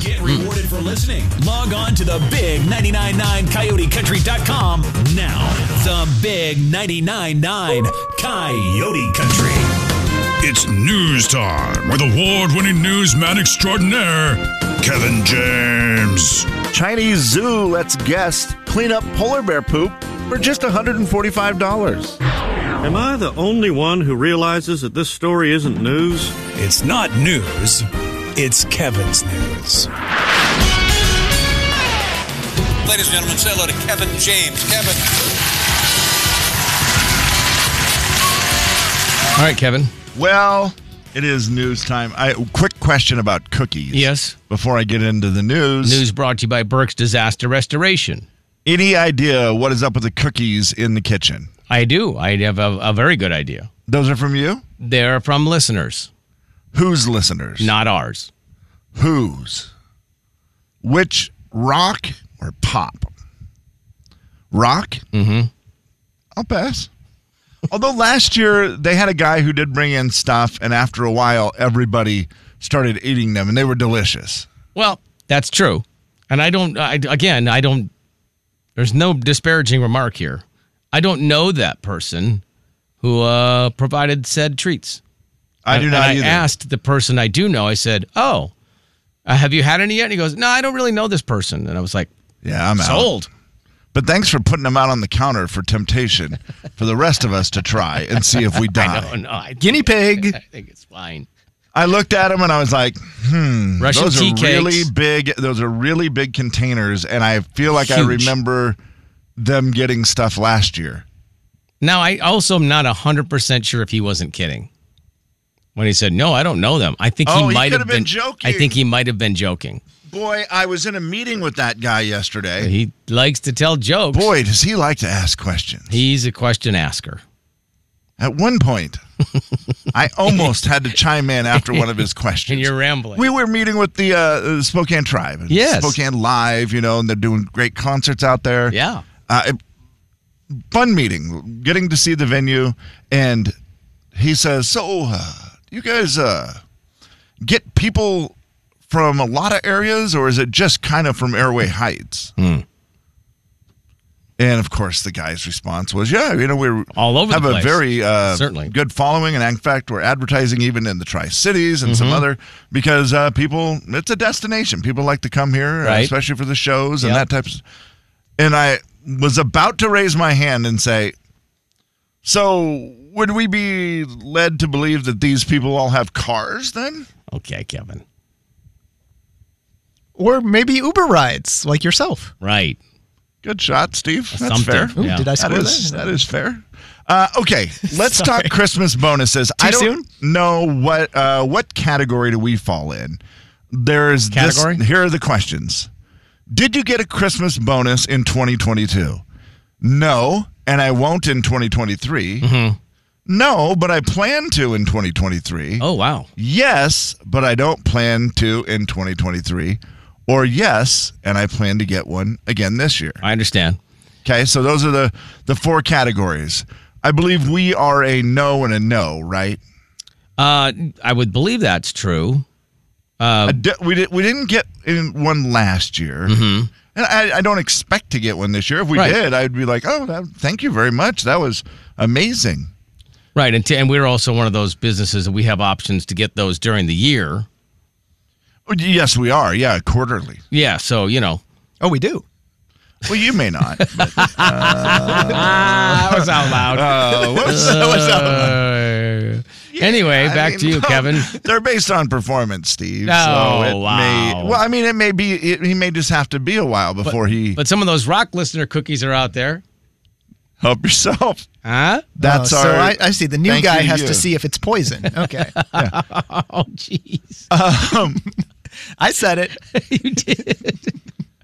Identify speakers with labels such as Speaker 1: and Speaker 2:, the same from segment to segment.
Speaker 1: Get rewarded for listening. Log on to the big 999 coyotecountry.com now. The big 999 Coyote Country.
Speaker 2: It's news time with award winning newsman extraordinaire, Kevin James.
Speaker 3: Chinese zoo lets guests clean up polar bear poop for just $145.
Speaker 4: Am I the only one who realizes that this story isn't news?
Speaker 1: It's not news, it's Kevin's news.
Speaker 5: Ladies and gentlemen, say hello to Kevin James. Kevin.
Speaker 6: All right, Kevin.
Speaker 3: Well, it is news time. I quick question about cookies.
Speaker 6: Yes.
Speaker 3: Before I get into the news.
Speaker 6: News brought to you by Burke's Disaster Restoration.
Speaker 3: Any idea what is up with the cookies in the kitchen?
Speaker 6: I do. I have a, a very good idea.
Speaker 3: Those are from you?
Speaker 6: They're from listeners,
Speaker 3: Whose listeners?
Speaker 6: not ours.
Speaker 3: Whose? Which rock or pop? Rock? Mm-hmm. I'll pass. Although last year they had a guy who did bring in stuff, and after a while everybody started eating them, and they were delicious.
Speaker 6: Well, that's true. And I don't, I, again, I don't, there's no disparaging remark here. I don't know that person who uh, provided said treats.
Speaker 3: I do
Speaker 6: And-
Speaker 3: not
Speaker 6: and
Speaker 3: either.
Speaker 6: I asked the person I do know, I said, Oh, uh, have you had any yet? And he goes, No, I don't really know this person. And I was like,
Speaker 3: yeah, I'm out.
Speaker 6: Sold.
Speaker 3: But thanks for putting them out on the counter for temptation for the rest of us to try and see if we die.
Speaker 6: No, no, I,
Speaker 3: Guinea pig.
Speaker 6: I think it's fine.
Speaker 3: I looked at them and I was like,
Speaker 6: Russian
Speaker 3: those
Speaker 6: tea
Speaker 3: are
Speaker 6: cakes.
Speaker 3: really big. Those are really big containers, and I feel like I
Speaker 6: Huge.
Speaker 3: remember them getting stuff last year.
Speaker 6: Now, I also am not 100% sure if he wasn't kidding when he said, No, I don't know them. I think
Speaker 3: Oh,
Speaker 6: he
Speaker 3: he
Speaker 6: might
Speaker 3: could
Speaker 6: have
Speaker 3: have been
Speaker 6: been,
Speaker 3: joking.
Speaker 6: I think he might have been joking.
Speaker 3: Boy, I was in a meeting with that guy yesterday.
Speaker 6: He likes to tell jokes.
Speaker 3: Boy, does he like to ask questions.
Speaker 6: He's a question asker.
Speaker 3: At one point, I almost had to chime in after one of his questions.
Speaker 6: And you're rambling.
Speaker 3: We were meeting with the uh, Spokane Tribe.
Speaker 6: Yes.
Speaker 3: Spokane Live, you know, and they're doing great concerts out there.
Speaker 6: yeah.
Speaker 3: uh, it- fun meeting, getting to see the venue, and he says, "So, uh, you guys uh, get people from a lot of areas, or is it just kind of from Airway Heights?"
Speaker 6: Hmm.
Speaker 3: And of course, the guy's response was, "Yeah, you know, we're
Speaker 6: All over the
Speaker 3: have a
Speaker 6: place.
Speaker 3: very uh,
Speaker 6: Certainly.
Speaker 3: good following, and in fact, we're advertising even in the Tri Cities and
Speaker 6: Mm-hmm.
Speaker 3: some other because uh, people, it's a destination. People like to come here, uh,
Speaker 6: Right.
Speaker 3: especially for the shows and
Speaker 6: Yep.
Speaker 3: that type of." and I was about to raise my hand and say, "So would we be led to believe that these people all have cars then?"
Speaker 6: Okay, Kevin.
Speaker 7: Or maybe Uber rides, like yourself.
Speaker 6: Right.
Speaker 3: Good shot, Steve. That's fair.
Speaker 6: Something. Ooh, Yeah.
Speaker 7: Did I
Speaker 3: That
Speaker 7: score
Speaker 3: is
Speaker 7: that?
Speaker 3: that is fair. Uh, okay, let's talk Christmas bonuses. I don't
Speaker 7: soon?
Speaker 3: know what uh, what category do we fall in. There's this-
Speaker 6: Category?
Speaker 3: here are the questions. Did you get a Christmas bonus in 2022? No, and I won't in 2023.
Speaker 6: Mm-hmm.
Speaker 3: No, but I plan to in 2023.
Speaker 6: Oh, wow.
Speaker 3: Yes, but I don't plan to in 2023. Or yes, and I plan to get one again this year.
Speaker 6: I understand.
Speaker 3: Okay, so those are the the four categories. I believe we are a no and a no, right?
Speaker 6: Uh, I would believe that's true.
Speaker 3: I di- we did we didn't get in one last year, and I, I don't expect to get one this year. If we
Speaker 6: Mm-hmm. Right.
Speaker 3: did, I'd be like, oh, that, thank you very much. That was amazing.
Speaker 6: Right. And, t- and we're also one of those businesses that we have options to get those during the year.
Speaker 3: Oh, Yes, we are. Yeah, quarterly.
Speaker 6: Yeah. So, you know,
Speaker 7: Oh, we do.
Speaker 3: Well, you may not. but,
Speaker 6: ah, that was out loud.
Speaker 3: uh, what's- what's up?
Speaker 6: Uh, anyway,
Speaker 3: I
Speaker 6: back
Speaker 3: mean,
Speaker 6: to you,
Speaker 3: well,
Speaker 6: Kevin.
Speaker 3: They're based on performance, Steve.
Speaker 6: Oh,
Speaker 3: so it
Speaker 6: wow.
Speaker 3: May, well, I mean, it may be. It, he may just have to be a while before he
Speaker 6: But some of those rock listener cookies are out there.
Speaker 3: help
Speaker 6: Oh,
Speaker 3: yourself.
Speaker 6: Huh?
Speaker 3: That's
Speaker 7: oh,
Speaker 3: our.
Speaker 7: So I, I see. The new
Speaker 3: Thank
Speaker 7: guy
Speaker 3: you to
Speaker 7: has
Speaker 3: you.
Speaker 7: to see if it's poison. Okay.
Speaker 6: Oh, jeez.
Speaker 7: I said it.
Speaker 6: you did.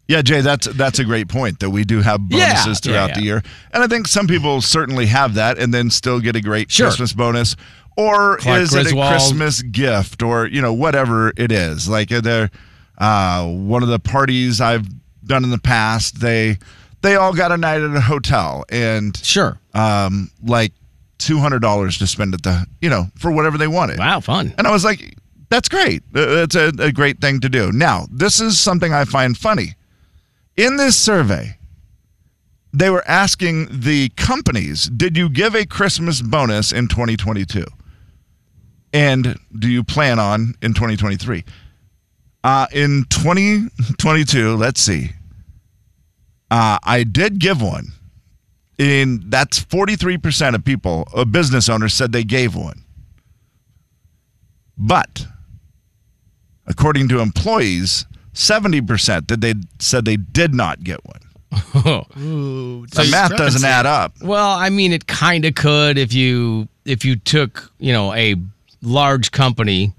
Speaker 3: Yeah, Jay, that's that's a great point that we do have bonuses
Speaker 6: Yeah, yeah,
Speaker 3: throughout the
Speaker 6: yeah.
Speaker 3: year, and I think some people certainly have that, and then still get a great
Speaker 6: Sure.
Speaker 3: Christmas bonus, or
Speaker 6: Clark
Speaker 3: is it a
Speaker 6: Griswold.
Speaker 3: Christmas gift, or you know whatever it is. Like uh, they're uh, one of the parties I've done in the past, they they all got a night at a hotel and
Speaker 6: Sure.
Speaker 3: um like two hundred dollars to spend at the you know for whatever they wanted.
Speaker 6: Wow, fun.
Speaker 3: And I was like, That's great. Uh, That's a, a great thing to do. Now, this is something I find funny. In this survey, they were asking the companies, did you give a Christmas bonus in 2022? And do you plan on in 2023? Uh, in 2022, let's see. Uh, I did give one. In that's 43% of people, uh, business owners said they gave one. But according to employees, 70% that they said they did not get one. the math doesn't add up.
Speaker 6: Well, I mean, it kind of could if you if you took you know a large company.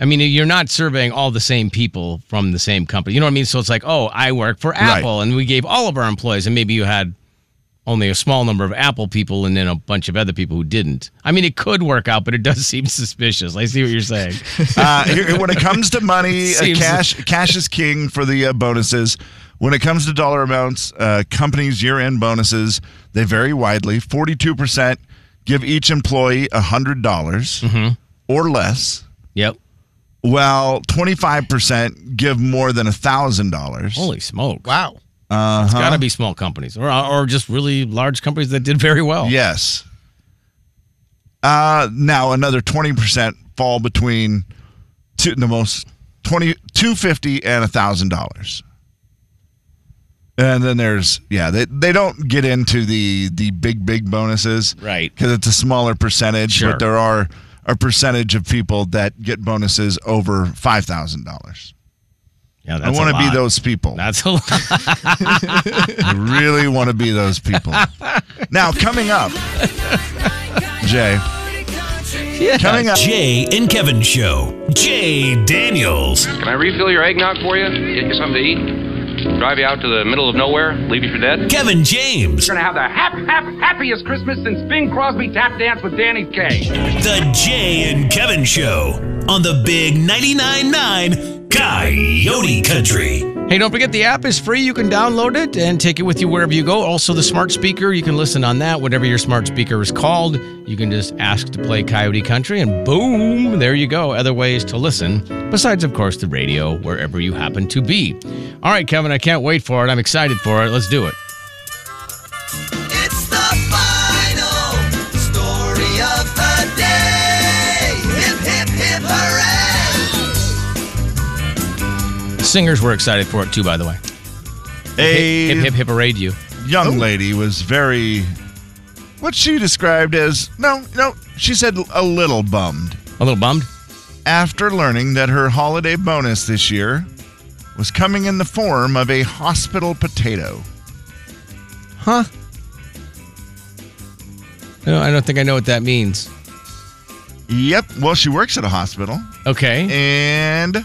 Speaker 6: I mean, you're not surveying all the same people from the same company. You know what I mean? So it's like, oh, I work for Apple, and we gave all of our employees, and maybe you had only a small number of Apple people, and then a bunch of other people who didn't. I mean, it could work out, but it does seem suspicious. I see what you're saying.
Speaker 3: Uh, here, when it comes to money, uh,
Speaker 6: Seems-
Speaker 3: cash cash is king for the uh, bonuses. When it comes to dollar amounts, uh, companies' year-end bonuses they vary widely. Forty-two percent give each employee hundred dollars or less,
Speaker 6: yep.
Speaker 3: while twenty-five percent give more than thousand dollars.
Speaker 6: Holy smoke!
Speaker 7: Wow.
Speaker 3: Uh-huh.
Speaker 6: It's got to be small companies, or or just really large companies that did very well.
Speaker 3: Yes. Uh, now another twenty percent fall between two, the most twenty two fifty and thousand dollars. And then there's yeah they they don't get into the the big big bonuses
Speaker 6: Right.
Speaker 3: because it's a smaller percentage
Speaker 6: Sure.
Speaker 3: but there are a percentage of people that get bonuses over five thousand dollars.
Speaker 6: yeah
Speaker 3: I
Speaker 6: that's a
Speaker 3: want to be
Speaker 6: lot.
Speaker 3: those people.
Speaker 6: That's a lot.
Speaker 3: I really want to be those people. now coming up, Jay. Coming up.
Speaker 1: Jay and Kevin Show. Jay Daniels.
Speaker 8: Can I refill your eggnog for you? Get you something to eat? Drive you out to the middle of nowhere? Leave you for dead?
Speaker 1: Kevin James.
Speaker 9: We're gonna have the hap, hap, happiest Christmas since Bing Crosby tap dance with Danny Kaye.
Speaker 1: The Jay and Kevin Show on the Big 99.9 9 Coyote Country.
Speaker 6: Hey, don't forget the app is free. You can download it and take it with you wherever you go. Also, the smart speaker, you can listen on that, whatever your smart speaker is called. You can just ask to play Coyote Country, and boom, there you go. Other ways to listen, besides, of course, the radio, wherever you happen to be. All right, Kevin, I can't wait for it. I'm excited for it. Let's do it.
Speaker 10: It's the final story of the day. Hip, hip, hip, hooray!
Speaker 6: Singers were excited for it too, by the way.
Speaker 3: A
Speaker 6: Hip, hip, hip, parade you.
Speaker 3: young lady was very, what she described as, no, no, she said a little bummed
Speaker 6: A little bummed?
Speaker 3: after learning that her holiday bonus this year was coming in the form of a hospital potato.
Speaker 6: No, I don't think I know what that means.
Speaker 3: Yep. Well, she works at a hospital.
Speaker 6: Okay.
Speaker 3: And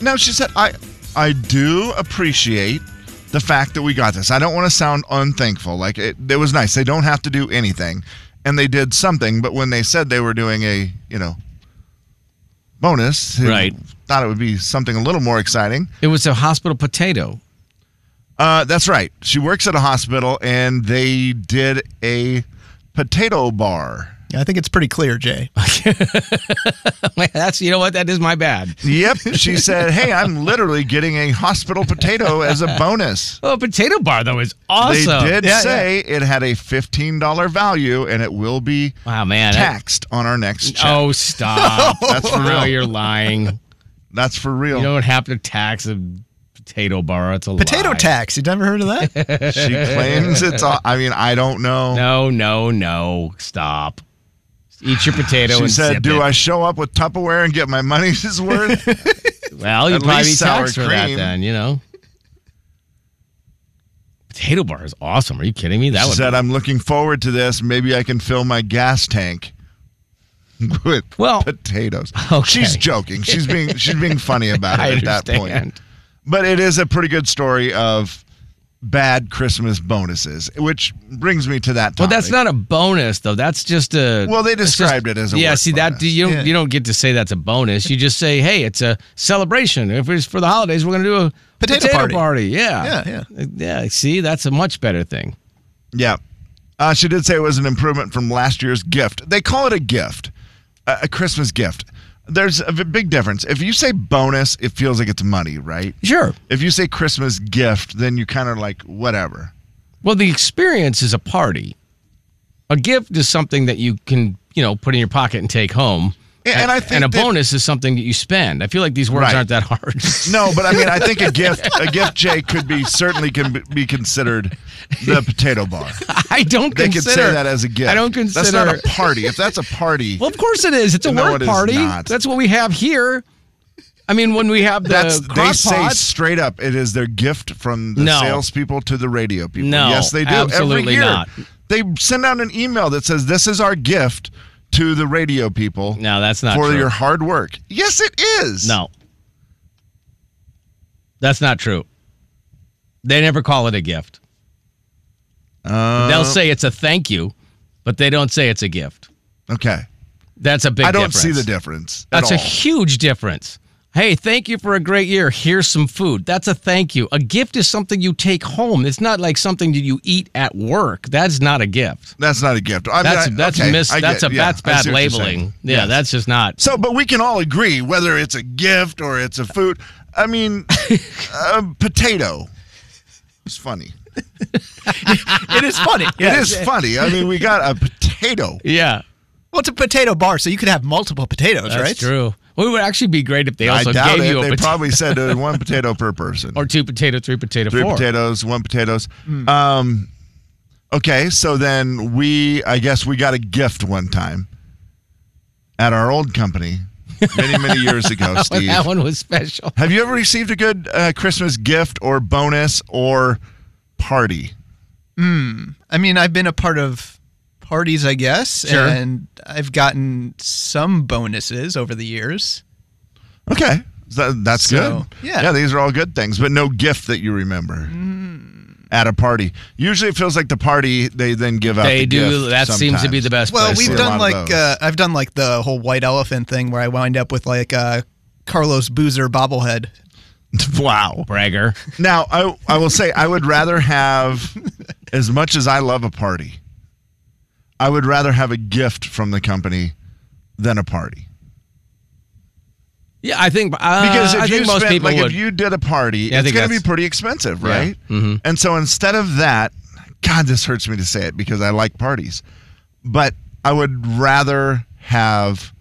Speaker 3: no, she said, I, I do appreciate the fact that we got this. I don't want to sound unthankful. Like it, it was nice. They don't have to do anything, and they did something. But when they said they were doing a, you know, bonus, they
Speaker 6: Right.
Speaker 3: Thought it would be something a little more exciting.
Speaker 6: It was a hospital potato.
Speaker 3: Uh, that's right. She works at a hospital, and they did a potato bar.
Speaker 7: Yeah, I think it's pretty clear, Jay.
Speaker 6: That's, you know what? That is my bad.
Speaker 3: Yep. She said, "Hey, I'm literally getting a hospital potato as a bonus."
Speaker 6: Oh, a potato bar though is
Speaker 3: They
Speaker 6: awesome.
Speaker 3: did
Speaker 7: Yeah,
Speaker 3: say it had a fifteen dollar value, and it will be
Speaker 6: Wow, man. that-
Speaker 3: taxed on our next check.
Speaker 6: oh, stop.
Speaker 3: That's for
Speaker 6: No,
Speaker 3: real.
Speaker 6: you're lying.
Speaker 3: That's for real.
Speaker 6: You don't have to tax a potato bar. It's a
Speaker 7: Potato
Speaker 6: lie.
Speaker 7: tax. You never heard of that?
Speaker 3: she claims it's. All, I mean, I don't know.
Speaker 6: No, no, no. Stop. Eat your potato
Speaker 3: She
Speaker 6: and
Speaker 3: said,
Speaker 6: zip
Speaker 3: "Do
Speaker 6: it.
Speaker 3: I show up with Tupperware and get my money's worth?"
Speaker 6: Well, you
Speaker 3: at
Speaker 6: probably be
Speaker 3: least sour
Speaker 6: taxed for that
Speaker 3: cream?
Speaker 6: then. You know. Potato bar is awesome. Are you kidding me? That
Speaker 3: she
Speaker 6: would.
Speaker 3: said, "I'm looking forward to this. Maybe I can fill my gas tank with
Speaker 6: Well,
Speaker 3: potatoes."
Speaker 6: okay.
Speaker 3: She's joking. She's being she's being funny about
Speaker 6: I
Speaker 3: it at that point.
Speaker 6: understand.
Speaker 3: But it is a pretty good story of bad Christmas bonuses, which brings me to that.
Speaker 6: Well,
Speaker 3: Topic.
Speaker 6: that's not a bonus though. That's just a.
Speaker 3: Well, they
Speaker 6: it's just-
Speaker 3: described it as a
Speaker 6: Yeah,
Speaker 3: work
Speaker 6: see that
Speaker 3: bonus.
Speaker 6: you don't
Speaker 7: Yeah.
Speaker 6: you don't get to say that's a bonus. You just say, hey, it's a celebration. If it's for the holidays, we're gonna do a
Speaker 7: Potato party.
Speaker 6: Yeah,
Speaker 7: Yeah,
Speaker 6: yeah. See, that's a much better thing.
Speaker 3: Yeah. Uh, she did say it was an improvement from last year's gift. They call it a gift, a, a Christmas gift. There's a v- big difference. If you say bonus, it feels like it's money, right?
Speaker 6: Sure.
Speaker 3: If you say Christmas gift, then you kind of like whatever.
Speaker 6: Well, the experience is a party. A gift is something that you can, you know, put in your pocket and take home.
Speaker 3: Yeah, and I think
Speaker 6: a
Speaker 3: that-
Speaker 6: bonus is something that you spend. I feel like these words
Speaker 3: Right.
Speaker 6: aren't that hard.
Speaker 3: No, but I mean, I think a gift, a gift, Jay, could be certainly can be- be considered the potato bar.
Speaker 6: I don't
Speaker 3: They could
Speaker 6: consider
Speaker 3: say that as a gift.
Speaker 6: I don't consider.
Speaker 3: that's not a party. If that's a party,
Speaker 6: well, of course it is. It's a
Speaker 3: No, it
Speaker 6: work
Speaker 3: is
Speaker 6: party.
Speaker 3: not.
Speaker 6: That's what we have here. I mean, when we have the
Speaker 3: that's they
Speaker 6: crock
Speaker 3: say
Speaker 6: pot,
Speaker 3: straight up it is their gift from the
Speaker 6: No.
Speaker 3: salespeople to the radio people.
Speaker 6: No,
Speaker 3: yes, they do. Every
Speaker 6: absolutely
Speaker 3: year,
Speaker 6: not.
Speaker 3: they send out an email that says, "This is our gift." To the radio people.
Speaker 6: No, that's not
Speaker 3: for
Speaker 6: true.
Speaker 3: your hard work. Yes, it is.
Speaker 6: no, that's not true. They never call it a gift.
Speaker 3: Uh,
Speaker 6: They'll say it's a thank you, but they don't say it's a gift.
Speaker 3: Okay.
Speaker 6: That's a big.
Speaker 3: I don't
Speaker 6: difference.
Speaker 3: see the difference. at
Speaker 6: That's a
Speaker 3: all.
Speaker 6: huge difference. Hey, thank you for a great year. Here's some food. That's a thank you. A gift is something you take home. It's not like something that you eat at work. That's not a gift.
Speaker 3: That's not a gift. I mean,
Speaker 6: That's
Speaker 3: I-
Speaker 6: that's
Speaker 3: okay,
Speaker 6: mis-
Speaker 3: I
Speaker 6: that's
Speaker 3: get-
Speaker 6: a
Speaker 3: yeah,
Speaker 6: that's
Speaker 3: I
Speaker 6: bad
Speaker 3: see what you're saying.
Speaker 6: labeling. Yeah,
Speaker 3: Yes.
Speaker 6: that's just not.
Speaker 3: So, but we can all agree whether it's a gift or it's a food. I mean, a potato. It's funny.
Speaker 7: It is funny.
Speaker 3: It is funny. I mean, we got a potato.
Speaker 6: Yeah,
Speaker 7: Well, it's a potato bar, so you could have multiple potatoes,
Speaker 6: that's
Speaker 7: right?
Speaker 6: true. Well, it would actually be great if they
Speaker 3: I
Speaker 6: also
Speaker 3: doubt
Speaker 6: gave
Speaker 3: it.
Speaker 6: you a
Speaker 3: They
Speaker 6: potato
Speaker 3: probably said uh, one potato per person,
Speaker 6: or two potato, three potato,
Speaker 3: three
Speaker 6: four. Hmm.
Speaker 3: potatoes, one potatoes. Um, okay, so then we, I guess, we got a gift one time at our old company many, many years ago. Steve,
Speaker 6: That one was special.
Speaker 3: Have you ever received a good uh, Christmas gift or bonus or party?
Speaker 7: I mean, I've been a part of parties, I guess,
Speaker 3: Sure.
Speaker 7: and I've gotten some bonuses over the years.
Speaker 3: Okay. Th- that's
Speaker 7: So,
Speaker 3: good.
Speaker 7: yeah.
Speaker 3: Yeah, these are all good things, but no gift that you remember
Speaker 6: Mm.
Speaker 3: at a party. Usually it feels like the party, they then give out
Speaker 6: They
Speaker 3: the
Speaker 6: do.
Speaker 3: gift
Speaker 6: that seems to be
Speaker 3: sometimes.
Speaker 6: the best.
Speaker 7: Well,
Speaker 6: place
Speaker 7: we've
Speaker 6: for it.
Speaker 3: a lot
Speaker 7: done
Speaker 3: of
Speaker 7: like
Speaker 3: those.
Speaker 7: uh, I've done like the whole white elephant thing where I wind up with like a Carlos Boozer bobblehead.
Speaker 3: Wow.
Speaker 6: bragger.
Speaker 3: Now, I, I will say, I would rather have, as much as I love a party, I would rather have a gift from the company than a party.
Speaker 6: Yeah, I think uh,
Speaker 3: Because if
Speaker 6: I
Speaker 3: you
Speaker 6: think most
Speaker 3: spent-
Speaker 6: people
Speaker 3: like
Speaker 6: would.
Speaker 3: if you did a party,
Speaker 6: Yeah, I
Speaker 3: it's
Speaker 6: think
Speaker 3: going to be
Speaker 6: that's-
Speaker 3: pretty expensive,
Speaker 6: Yeah. Mm-hmm.
Speaker 3: right? And so instead of that, God, this hurts me to say it because I like parties, but I would rather have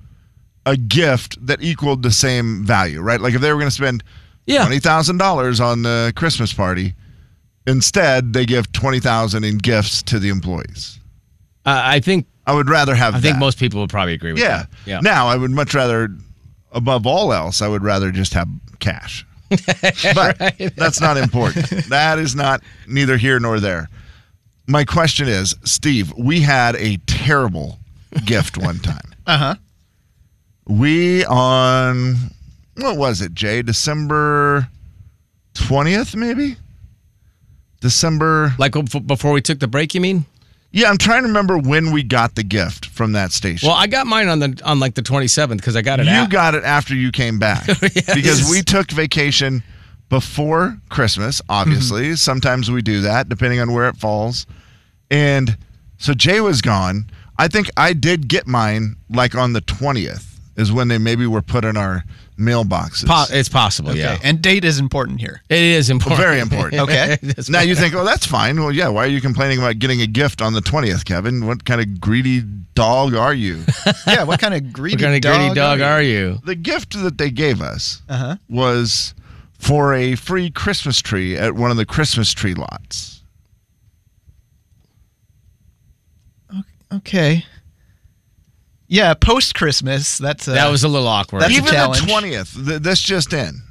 Speaker 3: a gift that equaled the same value, right? Like if they were going to spend
Speaker 6: Yeah.
Speaker 3: twenty thousand dollars on the Christmas party, instead they give twenty thousand in gifts to the employees.
Speaker 6: uh, I think
Speaker 3: I would rather have.
Speaker 6: I think
Speaker 3: that.
Speaker 6: most people would probably agree with
Speaker 3: Yeah.
Speaker 6: that. Yeah.
Speaker 3: Now I would much rather, above all else, I would rather just have cash. but that's not important. That is not neither here nor there. My question is, Steve, we had a terrible gift one time. Uh
Speaker 6: Uh-huh.
Speaker 3: huh. We on what was it, Jay? December twentieth, maybe. December.
Speaker 6: Like bef- before we took the break, you mean?
Speaker 3: Yeah, I'm trying to remember when we got the gift from that station.
Speaker 6: Well, I got mine on the on like the 27th because I got it.
Speaker 3: you
Speaker 6: out.
Speaker 3: got it after you came back because we took vacation before christmas obviously
Speaker 6: Mm-hmm.
Speaker 3: sometimes we do that depending on where it falls and so jay was gone i think i did get mine like on the 20th is when they maybe were put in our mailboxes
Speaker 6: Po- it's possible. Yeah,
Speaker 7: Okay, And date is important here.
Speaker 6: it is important.
Speaker 3: very important
Speaker 7: Okay.
Speaker 6: That's
Speaker 3: now you think oh that's fine well yeah why are you complaining about getting a gift on the 20th kevin what kind of greedy dog are you
Speaker 7: yeah. What kind of
Speaker 6: what
Speaker 7: greedy
Speaker 6: kind of
Speaker 7: dog
Speaker 6: greedy dog
Speaker 7: you?
Speaker 6: are you?
Speaker 3: the gift that they gave us
Speaker 7: Uh-huh.
Speaker 3: was for a free Christmas tree at one of the Christmas tree lots.
Speaker 7: Okay. Yeah, post Christmas. That's uh,
Speaker 6: That was a little awkward.
Speaker 7: That's a
Speaker 3: Even the
Speaker 7: challenge.
Speaker 3: twentieth. Th- this just in.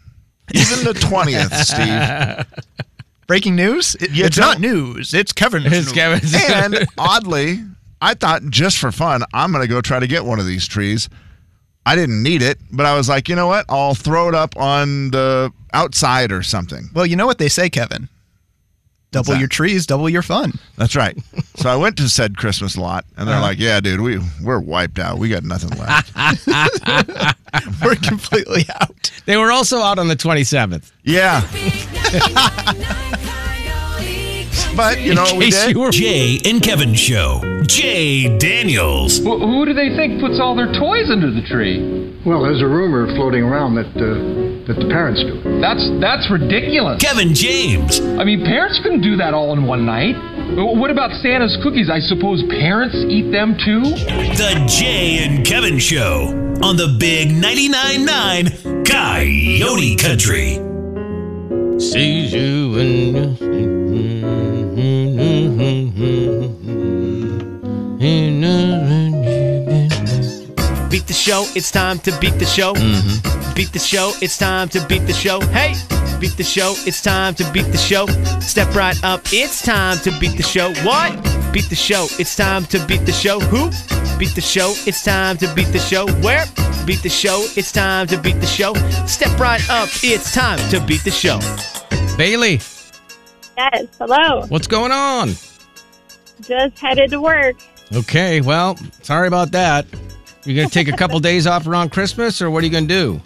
Speaker 3: Even the twentieth, Steve.
Speaker 7: breaking news. It-
Speaker 3: You
Speaker 7: it's not
Speaker 3: don't-
Speaker 7: news. It's Kevin's
Speaker 6: It's
Speaker 7: news.
Speaker 6: Kevin's-
Speaker 3: And oddly, I thought just for fun, I'm gonna go try to get one of these trees. I didn't need it, but I was like, you know what? I'll throw it up on the outside or something.
Speaker 7: Well, you know what they say, Kevin. Double
Speaker 3: that?
Speaker 7: your trees, double your fun.
Speaker 3: That's right. So I went to said Christmas lot, and
Speaker 7: Uh-huh.
Speaker 3: they're like, "Yeah, dude, we we're wiped out. We got nothing left."
Speaker 7: We're completely out.
Speaker 6: they were also out on the 27th.
Speaker 3: Yeah. But you know what Oh, we did?
Speaker 1: Jay and Kevin show. Jay Daniels.
Speaker 11: who do they think puts all their toys under the tree?
Speaker 12: Well, there's a rumor floating around that uh, that the parents do it.
Speaker 11: That's that's ridiculous.
Speaker 1: Kevin James.
Speaker 11: I mean, parents couldn't do that all in one night. W- What about Santa's cookies? I suppose parents eat them too.
Speaker 1: The Jay and Kevin show on the Big 99.9 Coyote Country.
Speaker 6: Sees you
Speaker 13: Beat the show, it's time to beat the show.
Speaker 1: Mm-hmm.
Speaker 13: Beat the show, it's time to beat the show. Hey! Beat the show, it's time to beat the show. Step right up, it's time to beat the show. What? Beat the show, it's time to beat the show. Who? Beat the show, it's time to beat the show. Where? Beat the show, it's time to beat the show. Step right up, it's time to beat the show.
Speaker 6: Bailey,
Speaker 14: Yes, hello.
Speaker 6: what's going on?
Speaker 14: Just headed to work.
Speaker 6: Okay, well, sorry about that. You're going to take a couple days off around Christmas, or what are you going to do?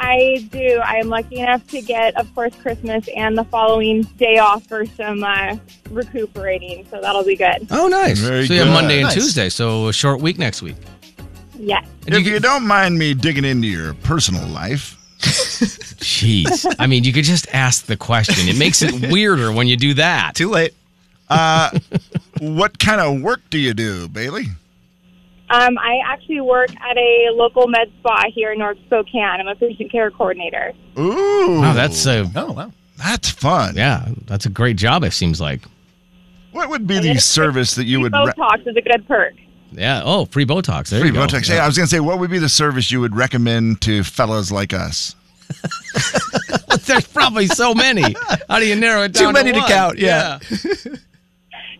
Speaker 14: I do. I am lucky enough to get, of course, Christmas and the following day off for some uh, recuperating, so that'll be good.
Speaker 6: Oh, nice.
Speaker 3: Very
Speaker 6: so you have
Speaker 3: good.
Speaker 6: Monday and
Speaker 3: Nice.
Speaker 6: Tuesday, so a short week next week.
Speaker 14: Yes.
Speaker 3: If you don't mind me digging into your personal life,
Speaker 6: Jeez. I mean, you could just ask the question. It makes it weirder when you do that.
Speaker 7: Too late.
Speaker 3: uh, what kind of work do you do, Bailey?
Speaker 14: Um, I actually work at a local med spa here in North Spokane. I'm a patient care coordinator.
Speaker 3: Ooh.
Speaker 6: Wow, that's a
Speaker 7: oh wow,
Speaker 3: that's fun.
Speaker 6: Yeah, that's a great job. It seems like.
Speaker 3: What would be the service that you would? re-
Speaker 14: Botox is a good perk.
Speaker 6: Yeah. Oh, free Botox. There
Speaker 3: Free
Speaker 6: you go.
Speaker 3: Botox. Yeah, I was gonna say, what would be the service you would recommend to fellas like us?
Speaker 6: There's probably so many. How do you narrow it
Speaker 3: Too
Speaker 6: down?
Speaker 3: many to
Speaker 6: one?
Speaker 3: count, yeah.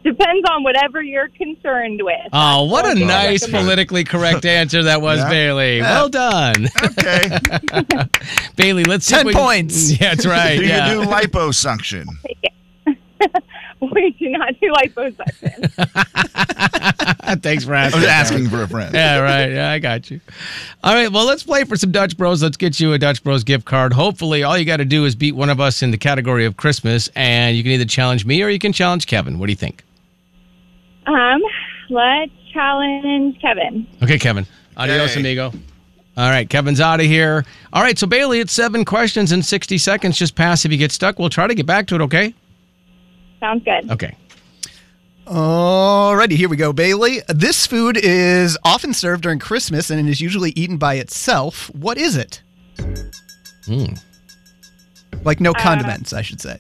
Speaker 14: Depends on whatever you're concerned with.
Speaker 3: Uh,
Speaker 6: Oh, what a
Speaker 14: Okay.
Speaker 6: nice politically correct answer that was,
Speaker 14: Yeah.
Speaker 6: Bailey.
Speaker 14: Yeah.
Speaker 6: Well done.
Speaker 3: Okay.
Speaker 6: Bailey, let's see if we can- Yeah, that's right.
Speaker 3: Do
Speaker 6: yeah.
Speaker 3: you do liposuction?
Speaker 14: We do not do liposuction.
Speaker 6: Thanks for
Speaker 3: I
Speaker 6: asking.
Speaker 3: was asking for a friend.
Speaker 6: yeah, right. Yeah, I got you. All right. Well, let's play for some Dutch Bros. Let's get you a Dutch Bros gift card. Hopefully, all you got to do is beat one of us in the category of Christmas, and you can either challenge me or you can challenge Kevin. What do you think?
Speaker 14: Um, let's challenge Kevin.
Speaker 6: Okay, Kevin. Adios, amigo. All right, Kevin's out of here. All right, so Bailey, it's seven questions in 60 seconds. Just pass if you get stuck. We'll try to get back to it, okay?
Speaker 14: Sounds good.
Speaker 6: Okay.
Speaker 7: Alrighty, here we go, Bailey. This food is often served during Christmas and it is usually eaten by itself. What is it?
Speaker 6: Hmm.
Speaker 7: Like no
Speaker 14: Uh,
Speaker 7: condiments, I should say.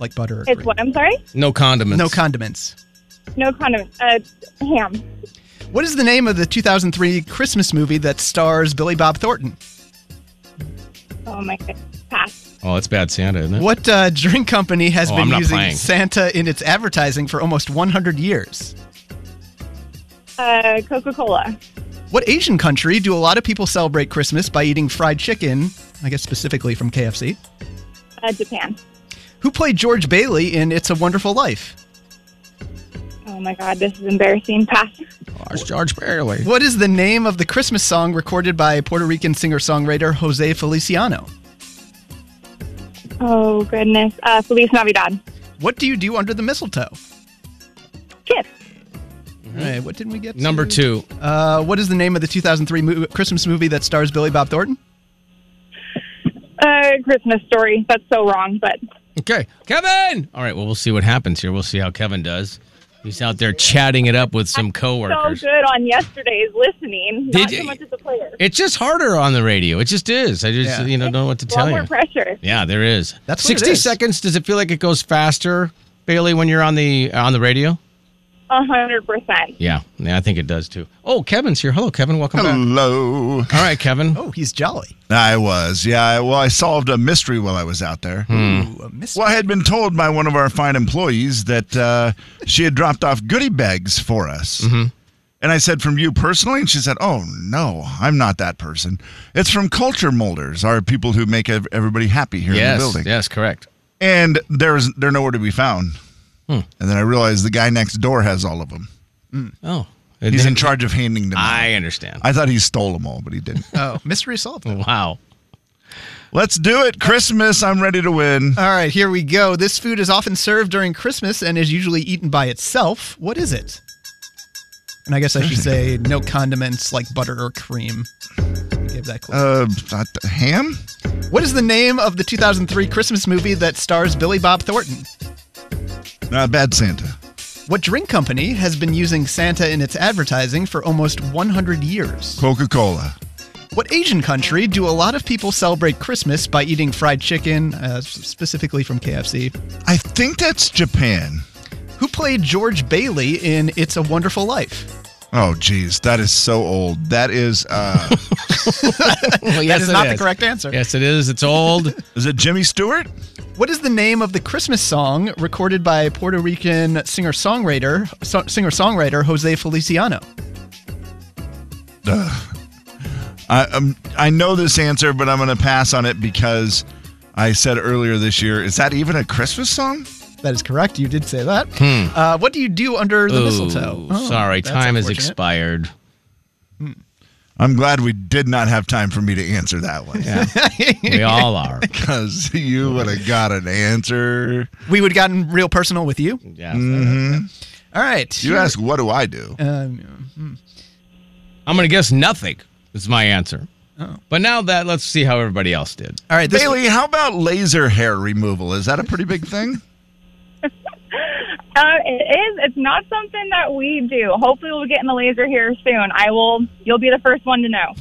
Speaker 7: Like butter or
Speaker 14: It's what? I'm sorry?
Speaker 6: No condiments.
Speaker 7: No condiments.
Speaker 14: No condiment. Uh, ham.
Speaker 7: What is the name of the 2003 Christmas movie that stars Billy Bob Thornton?
Speaker 14: Oh my goodness. Pass.
Speaker 6: Oh, that's bad Santa, isn't it?
Speaker 7: What uh, drink company has
Speaker 6: Oh, I'm
Speaker 7: been
Speaker 6: not
Speaker 7: using
Speaker 6: playing.
Speaker 7: Santa in its advertising for almost 100 years?
Speaker 14: Uh, Coca Cola.
Speaker 7: What Asian country do a lot of people celebrate Christmas by eating fried chicken? I guess specifically from KFC.
Speaker 14: Uh, Japan.
Speaker 7: Who played George Bailey in It's a Wonderful Life?
Speaker 14: Oh my God, this is embarrassing. Pass.
Speaker 6: George Bailey.
Speaker 7: What is the name of the Christmas song recorded by Puerto Rican singer songwriter Jose Feliciano?
Speaker 14: Oh goodness. Uh, Feliz Navidad.
Speaker 7: What do you do under the mistletoe?
Speaker 14: Kiss.
Speaker 7: All right, what didn't we get?
Speaker 6: Mm-hmm. Number two.
Speaker 7: Uh, what is the name of the 2003 mo- Christmas movie that stars Billy Bob Thornton?
Speaker 14: Uh, Christmas story. That's so wrong, but
Speaker 6: Okay, Kevin. All right, well, we'll see what happens here. We'll see how Kevin does. He's out there chatting it up with some coworkers.
Speaker 14: so good on yesterday's listening.
Speaker 6: Did
Speaker 14: Not
Speaker 6: you-
Speaker 14: so much as a player.
Speaker 6: It's just harder on the radio. It just is. I just,
Speaker 14: Yeah.
Speaker 6: you know, don't know what to
Speaker 14: A lot
Speaker 6: tell
Speaker 14: more
Speaker 6: you.
Speaker 14: pressure.
Speaker 6: Yeah, there is.
Speaker 7: That's what it
Speaker 6: 60
Speaker 7: is.
Speaker 6: seconds. Does it feel like it goes faster, Bailey, when you're on the uh, on the radio?
Speaker 14: A hundred percent.
Speaker 6: Yeah, yeah, I think it does too. Oh, Kevin's here. Hello, Kevin. Welcome back.
Speaker 3: Hello. All
Speaker 6: right, Kevin.
Speaker 7: Oh, he's jolly.
Speaker 3: I was. Yeah. I- Well, I solved a mystery while I was out there. Well, I had been told by one of our fine employees that uh, she had dropped off goodie bags for us. And I said, from you personally? And she said, oh, no, I'm not that person. It's from Culture Molders, our people who make ev- everybody happy here in
Speaker 6: Yes,
Speaker 3: the building.
Speaker 6: yes, correct.
Speaker 3: And there's they're nowhere to be found. And then I realized the guy next door has all of them.
Speaker 6: Oh,
Speaker 3: He's in charge of handing them out.
Speaker 6: I understand. Oh.
Speaker 3: I thought he stole them all, but he didn't.
Speaker 7: Oh, mystery solved.
Speaker 6: Wow.
Speaker 3: Let's do it. Christmas, I'm ready to win.
Speaker 7: All right, here we go. This food is often served during Christmas and is usually eaten by itself. What is it? And I guess I should say no condiments like butter or cream. Give that clue.
Speaker 3: Uh, not the- ham?
Speaker 7: What is the name of the 2003 Christmas movie that stars Billy Bob Thornton?
Speaker 3: Uh, Bad Santa.
Speaker 7: What drink company has been using Santa in its advertising for almost 100 years?
Speaker 3: Coca Cola.
Speaker 7: What Asian country do a lot of people celebrate Christmas by eating fried chicken, uh, specifically from KFC?
Speaker 3: I think that's Japan.
Speaker 7: Who played George Bailey in It's a Wonderful Life?
Speaker 3: Oh, geez. That is so old. That is, uh,
Speaker 6: Well, yes,
Speaker 7: that is
Speaker 6: it
Speaker 7: not the correct answer.
Speaker 6: Yes, it is. It's old.
Speaker 3: is it Jimmy Stewart?
Speaker 7: What is the name of the Christmas song recorded by Puerto Rican singer-songwriter so- singer-songwriter Jose Feliciano?
Speaker 3: I, um, I know this answer, but I'm going to pass on it because I said earlier this year, is that even a Christmas song?
Speaker 7: That is correct. You did say that. Uh, what do you do under the
Speaker 6: Hmm. Ooh,
Speaker 7: mistletoe? Oh,
Speaker 6: sorry,
Speaker 7: that's
Speaker 6: time has
Speaker 7: unfortunate.
Speaker 6: expired.
Speaker 3: I'm glad we did not have time for me to answer that one
Speaker 6: Yeah, we all are.
Speaker 3: because you would have got an answer.
Speaker 7: We would have gotten real personal with you.
Speaker 6: Yeah.
Speaker 7: Mm-hmm. All right.
Speaker 3: You ask, what do I do?
Speaker 7: Um,
Speaker 6: I'm gonna guess nothing. Is my answer.
Speaker 7: Oh.
Speaker 6: But now that let's see how everybody else did.
Speaker 7: all right. This
Speaker 3: Bailey, how about laser hair removal? Is that a pretty big thing?
Speaker 14: Uh, it is. It's not something that we do. Hopefully, we'll get in the laser here soon. I will. You'll be the first one to know.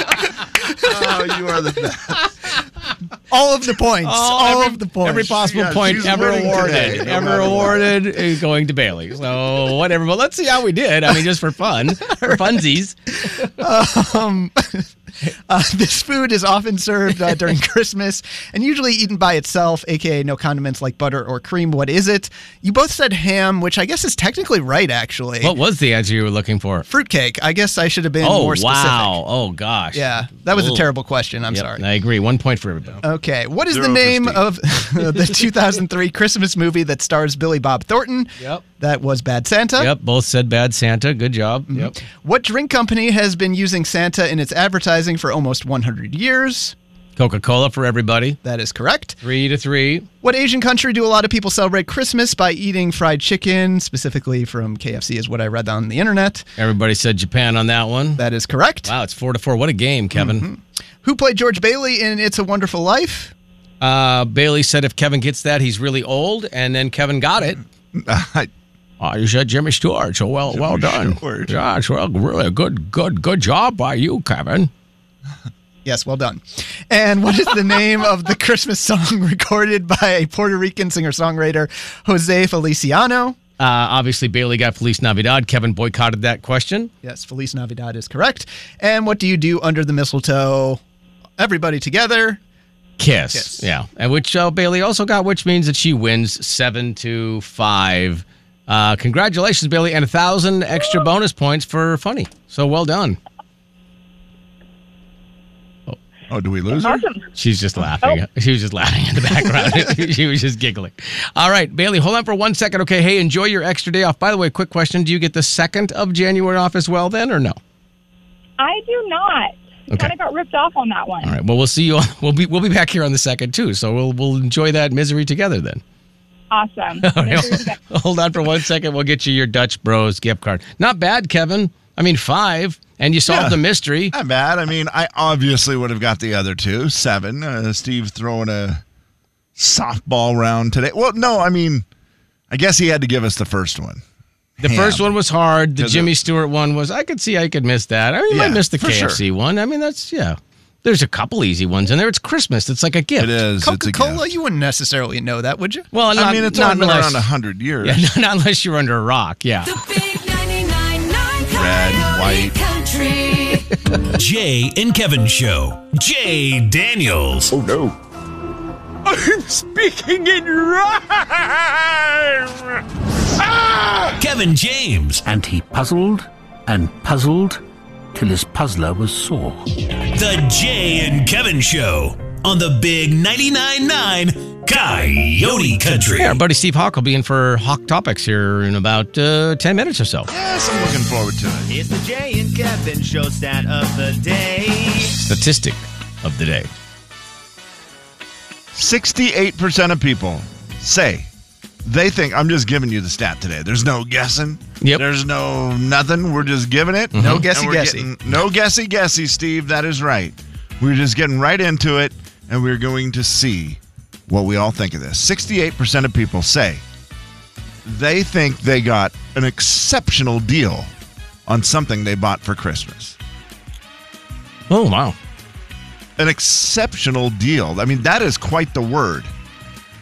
Speaker 3: oh, you are the best.
Speaker 7: all of the points. all of the points.
Speaker 6: Every possible
Speaker 3: Yeah,
Speaker 6: point
Speaker 3: she's
Speaker 6: ever
Speaker 3: winning
Speaker 6: awarded,
Speaker 3: today, no
Speaker 6: ever
Speaker 3: matter what.
Speaker 6: awarded is going to Bailey. So whatever. But let's see how we did. I mean, just for fun, for funsies.
Speaker 7: Uh, this food is often served uh, during Christmas and usually eaten by itself, aka no condiments like butter or cream. What is it? You both said ham, which I guess is technically right, actually.
Speaker 6: What was the answer you were looking for?
Speaker 7: Fruitcake. I guess I should have been
Speaker 6: oh
Speaker 7: more specific.
Speaker 6: wow! Oh gosh!
Speaker 7: Yeah, that was a
Speaker 6: Ugh.
Speaker 7: terrible question. I'm
Speaker 6: Yep,
Speaker 7: sorry. Uh,
Speaker 6: I agree. One point for everybody.
Speaker 7: Okay, what is the
Speaker 3: Zero for
Speaker 7: name
Speaker 3: Steve.
Speaker 7: of the 2003 Christmas movie that stars Billy Bob Thornton?
Speaker 6: Yep.
Speaker 7: That was Bad Santa.
Speaker 6: Yep, both said bad Santa. Good job.
Speaker 7: Mm-hmm.
Speaker 6: Yep.
Speaker 7: What drink company has been using Santa in its advertising for almost 100 years?
Speaker 6: Coca Cola for everybody.
Speaker 7: That is correct.
Speaker 6: Three to three.
Speaker 7: What Asian country do a lot of people celebrate Christmas by eating fried chicken, specifically from KFC, is what I read on the internet?
Speaker 6: Everybody said Japan on that one.
Speaker 7: That Mm-hmm. is correct.
Speaker 6: Wow, it's four to four. What a game, Kevin.
Speaker 7: Who played George Bailey in It's a Wonderful Life?
Speaker 6: Uh, Bailey said if Kevin gets that, he's really old, and then Kevin got it. Oh, you said Jimmy Stewart. So well, well done.
Speaker 3: Stewart.
Speaker 6: Yeah, it's well, really good, good, good job by you, Kevin.
Speaker 7: Yes, well done. And what is the name of the Christmas song recorded by a Puerto Rican singer songwriter, Jose Feliciano?
Speaker 6: Uh, obviously, Bailey got Feliz Navidad. Kevin boycotted that question.
Speaker 7: Yes, Feliz Navidad is correct. And what do you do under the mistletoe? Everybody together.
Speaker 6: Kiss.
Speaker 7: Kiss.
Speaker 6: Yeah, and which uh, Bailey also got, which means that she wins seven to five. Uh, congratulations, Bailey, and a thousand extra bonus points for funny. So well done.
Speaker 3: Oh, do we lose her?
Speaker 14: Awesome.
Speaker 6: She's just laughing. She was just laughing in the background. she was just giggling. All right, Bailey, hold on for one second. Okay, hey, enjoy your extra day off. By the way, quick question: Do you get the second of January off as well, then, or no?
Speaker 14: I do not.
Speaker 6: Okay.
Speaker 14: Kind of got ripped off on that one.
Speaker 6: All right. Well, we'll see you. On, we'll be we'll be back here on the second too. So we'll we'll enjoy that misery together then.
Speaker 14: Awesome.
Speaker 6: All right,
Speaker 14: Thank you guys.
Speaker 6: hold on for one second. We'll get you your Dutch Bros gift card. Not bad, Kevin. I mean, five, and you solved
Speaker 3: Yeah.
Speaker 6: the mystery.
Speaker 3: Not bad. I mean, I obviously would have got the other two. Seven. Uh, Steve throwing a softball round today. Well, no, I mean, I guess he had to give us the first one.
Speaker 6: The first
Speaker 3: Ham.
Speaker 6: one was hard. The
Speaker 3: Does
Speaker 6: Jimmy
Speaker 3: it-
Speaker 6: Stewart one was I could see I could miss that. I mean, you
Speaker 3: Yeah,
Speaker 6: might miss the
Speaker 3: for sure.
Speaker 6: KFC one. I mean, that's yeah. There's a couple easy ones in there. It's Christmas. It's like a gift.
Speaker 3: It is. It's
Speaker 7: Coca
Speaker 3: a
Speaker 7: Cola,
Speaker 3: gift.
Speaker 7: you wouldn't necessarily know that, would you?
Speaker 6: Well, not,
Speaker 3: I mean, it's
Speaker 6: not
Speaker 3: only been
Speaker 6: unless,
Speaker 3: around hundred years.
Speaker 6: Yeah, not, not unless you're under a rock. Yeah.
Speaker 15: The big 99.9
Speaker 3: Red,
Speaker 15: Coyote
Speaker 3: white.
Speaker 15: Country.
Speaker 1: Jay and Kevin Show. Jay Daniels.
Speaker 3: Oh no.
Speaker 13: Ah!
Speaker 1: Kevin James.
Speaker 16: And he puzzled and puzzled till his puzzler was sore.
Speaker 1: The Jay and Kevin Show on the Big 99.9 9 Coyote Country.
Speaker 6: Yeah, our buddy Steve Hawk will be in for Hawk Topics here in about uh, 10 minutes or so.
Speaker 3: Yes, I'm looking forward to it.
Speaker 13: It's the Jay and Kevin show stat of the day.
Speaker 6: Statistic of the day.
Speaker 3: 68% of people say they think I'm just giving you the stat today. There's no guessing. Yep. There's no nothing. We're just giving it.
Speaker 7: No
Speaker 3: And
Speaker 7: guessy
Speaker 3: we're
Speaker 7: guessy.
Speaker 3: getting- No guessy guessy, Steve. That is right. We're just getting right into it and we're going to see what we all think of this. 68% of people say they think they got an exceptional deal on something they bought for Christmas.
Speaker 6: Oh, wow.
Speaker 3: An exceptional deal. I mean, that is quite the word.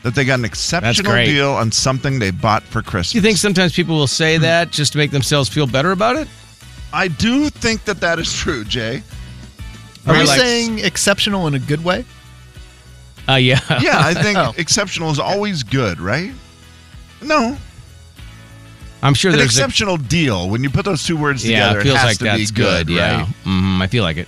Speaker 3: That they got an exceptional
Speaker 6: great.
Speaker 3: deal on something they bought for Christmas.
Speaker 6: Do you think sometimes people will say that just to make themselves feel better about it?
Speaker 3: I do think that that is true, Jay.
Speaker 7: Are
Speaker 6: Or
Speaker 7: we
Speaker 6: like-
Speaker 7: saying exceptional in a good way?
Speaker 6: Uh, yeah.
Speaker 3: Yeah, I think
Speaker 7: Oh.
Speaker 3: exceptional is always good, right? No,
Speaker 6: I'm sure
Speaker 3: an
Speaker 6: there's a-
Speaker 3: exceptional deal. When you put those two words
Speaker 6: yeah,
Speaker 3: together,
Speaker 6: it feels
Speaker 3: has
Speaker 6: like
Speaker 3: to
Speaker 6: that's
Speaker 3: be good,
Speaker 6: Yeah,
Speaker 3: right?
Speaker 6: Mhm, I feel like it.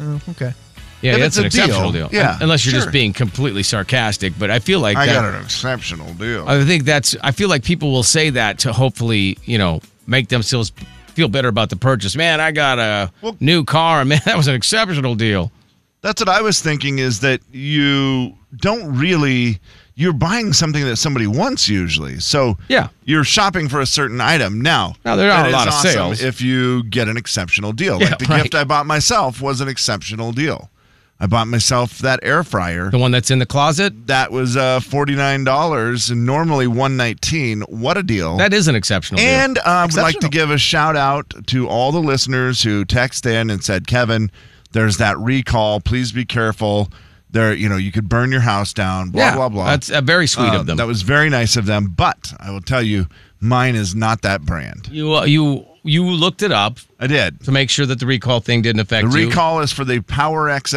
Speaker 7: Oh, okay.
Speaker 6: Yeah,
Speaker 3: If
Speaker 6: that's
Speaker 3: it's
Speaker 6: an
Speaker 3: a
Speaker 6: exceptional
Speaker 3: deal,
Speaker 6: deal.
Speaker 3: yeah,
Speaker 6: Un- unless you're
Speaker 3: sure.
Speaker 6: just being completely sarcastic, but I feel like
Speaker 3: I
Speaker 6: that,
Speaker 3: got an exceptional deal.
Speaker 6: I think that's. I feel like people will say that to hopefully, you know, make themselves feel better about the purchase. Man, I got a new car. Man, that was an exceptional deal.
Speaker 3: That's what I was thinking is that you don't really you're buying something that somebody wants usually. So
Speaker 6: Yeah.
Speaker 3: you're shopping for a certain item. Now,
Speaker 6: Now, there are
Speaker 3: it
Speaker 6: a
Speaker 3: is
Speaker 6: lot of
Speaker 3: awesome
Speaker 6: sales.
Speaker 3: if you get an exceptional deal.
Speaker 6: Yeah,
Speaker 3: like the
Speaker 6: right.
Speaker 3: gift I bought myself was an exceptional deal. I bought myself that air fryer.
Speaker 6: The one that's in the closet.
Speaker 3: That was uh, forty nine dollars and normally one nineteen. What a deal!
Speaker 6: That is an exceptional deal.
Speaker 3: And uh, I would like to
Speaker 7: Exceptional.
Speaker 3: give a shout out to all the listeners who text in and said, "Kevin, there's that recall. Please be careful. There, you know, you could burn your house down. Blah
Speaker 6: Yeah,
Speaker 3: blah blah."
Speaker 6: That's uh, very sweet
Speaker 3: Um,
Speaker 6: of them.
Speaker 3: That was very nice of them. But I will tell you, mine is not that brand.
Speaker 6: you uh, you you looked it up
Speaker 3: I did.
Speaker 6: to make sure that the recall thing didn't
Speaker 3: The
Speaker 6: affect you.
Speaker 3: recall is for the Power XL.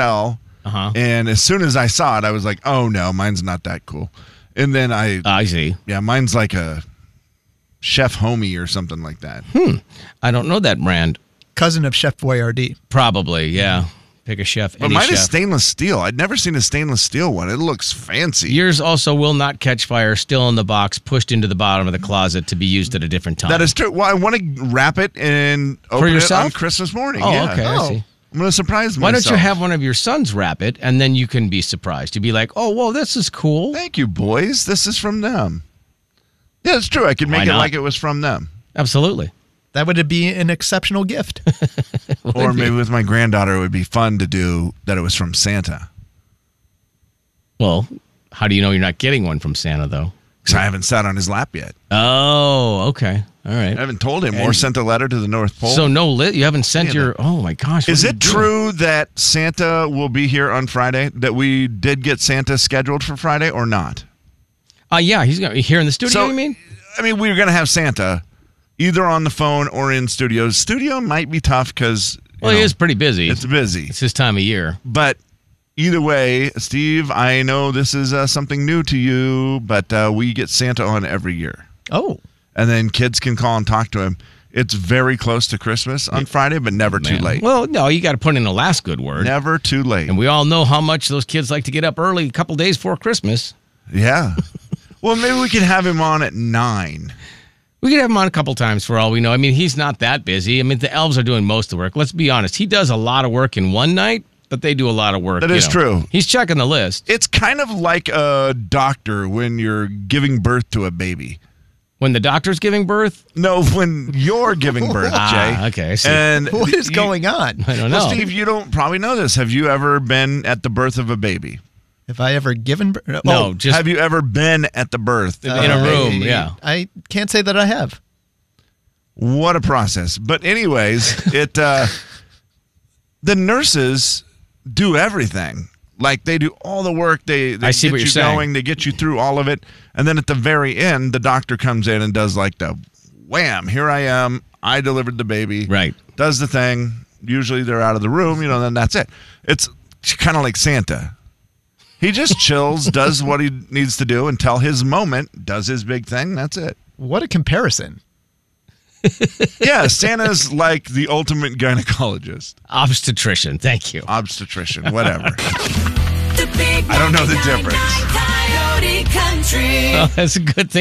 Speaker 6: Uh-huh.
Speaker 3: And as soon as I saw it, I was like, "Oh no, mine's not that cool." And then I,
Speaker 6: I see.
Speaker 3: yeah, mine's like a Chef Homie or something like that.
Speaker 6: I don't know that brand.
Speaker 7: Cousin of Chef Boyardee.
Speaker 6: Probably, yeah. Pick a chef.
Speaker 3: But
Speaker 6: any
Speaker 3: mine
Speaker 6: chef.
Speaker 3: is stainless steel. I'd never seen a stainless steel one. It looks fancy.
Speaker 6: Yours also will not catch fire, still in the box, pushed into the bottom of the closet to be used at a different time.
Speaker 3: that is true. Well, I want to wrap it and open it on
Speaker 6: yourself?
Speaker 3: Christmas morning.
Speaker 6: Oh,
Speaker 3: yeah.
Speaker 6: okay, I see.
Speaker 3: I'm going to surprise
Speaker 6: Why
Speaker 3: myself.
Speaker 6: don't you have one of your sons wrap it, and then you can be surprised. You'd be like, "Oh, whoa, this is cool."
Speaker 3: Thank you, boys. This is from them. Yeah, it's true. I could
Speaker 6: Why
Speaker 3: make it
Speaker 6: not?
Speaker 3: like it was from them.
Speaker 6: Absolutely.
Speaker 7: That would be an exceptional gift.
Speaker 3: Or maybe with my granddaughter, it would be fun to do that it was from Santa.
Speaker 6: Well, how do you know you're not getting one from Santa though?
Speaker 3: Because I haven't sat on his lap yet.
Speaker 6: Oh, okay, all right.
Speaker 3: I haven't told him or sent a letter to the North Pole.
Speaker 6: So no lit. You haven't sent
Speaker 3: Yeah,
Speaker 6: your. Oh my gosh. what
Speaker 3: Is
Speaker 6: are you
Speaker 3: it
Speaker 6: doing?
Speaker 3: true that Santa will be here on Friday? That we did get Santa scheduled for Friday or not?
Speaker 6: Uh, yeah, he's gonna here in the studio. you mean?
Speaker 3: I mean, we were going to have Santa either on the phone or in studio. Studio might be tough because
Speaker 6: Well, he is pretty busy.
Speaker 3: it's
Speaker 6: It's,
Speaker 3: busy.
Speaker 6: his time of year.
Speaker 3: But either way, Steve, I know this is uh, something new to you, but uh, we get Santa on every year,
Speaker 7: oh,
Speaker 3: and then kids can call and talk to him. It's very close to Christmas on Friday, but never too
Speaker 6: Man.
Speaker 3: late.
Speaker 6: Well, no, you got to put in a last good word.
Speaker 3: Never too late.
Speaker 6: And we all know how much those kids like to get up early a couple days before Christmas.
Speaker 3: Yeah. well, maybe we could have him on at nine.
Speaker 6: We could have him on a couple times for all we know. I mean, he's not that busy. I mean, the elves are doing most of the work. Let's be honest. He does a lot of work in one night, but they do a lot of work.
Speaker 3: That
Speaker 6: you
Speaker 3: is
Speaker 6: know.
Speaker 3: true.
Speaker 6: He's checking the list.
Speaker 3: It's kind of like a doctor when you're giving birth to a baby.
Speaker 6: When the doctor's giving birth,
Speaker 3: No, when you're giving birth, Jay.
Speaker 6: Ah, okay, I see.
Speaker 3: And
Speaker 7: what is
Speaker 3: you-
Speaker 7: going on?
Speaker 6: I don't know.
Speaker 3: Well, Steve, you don't probably know this. Have you ever been at the birth of a baby?
Speaker 7: Have I ever given? bir-
Speaker 6: No,
Speaker 7: oh,
Speaker 6: just
Speaker 3: have you ever been at the birth?
Speaker 6: in a room. Yeah.
Speaker 7: I can't say that I have.
Speaker 3: What a process. But anyways, it uh the nurses do everything. Like they do all the work. They, they
Speaker 6: I see
Speaker 3: get
Speaker 6: what
Speaker 3: you
Speaker 6: you're saying.
Speaker 3: going. They get you through all of it, and then at the very end, the doctor comes in and does like the wham. Here I am. I delivered the baby.
Speaker 6: Right.
Speaker 3: Does the thing. Usually they're out of the room. You know. Then that's it. It's kind of like Santa. He just chills, does what he needs to do until his moment, does his big thing. That's it.
Speaker 7: What a comparison.
Speaker 3: Yeah, Santa's like the ultimate gynecologist,
Speaker 6: Obstetrician. Thank you.
Speaker 3: obstetrician, whatever.
Speaker 15: The big
Speaker 3: I don't know the
Speaker 15: 99
Speaker 3: difference.
Speaker 15: Coyote country.
Speaker 6: Well, that's a good thing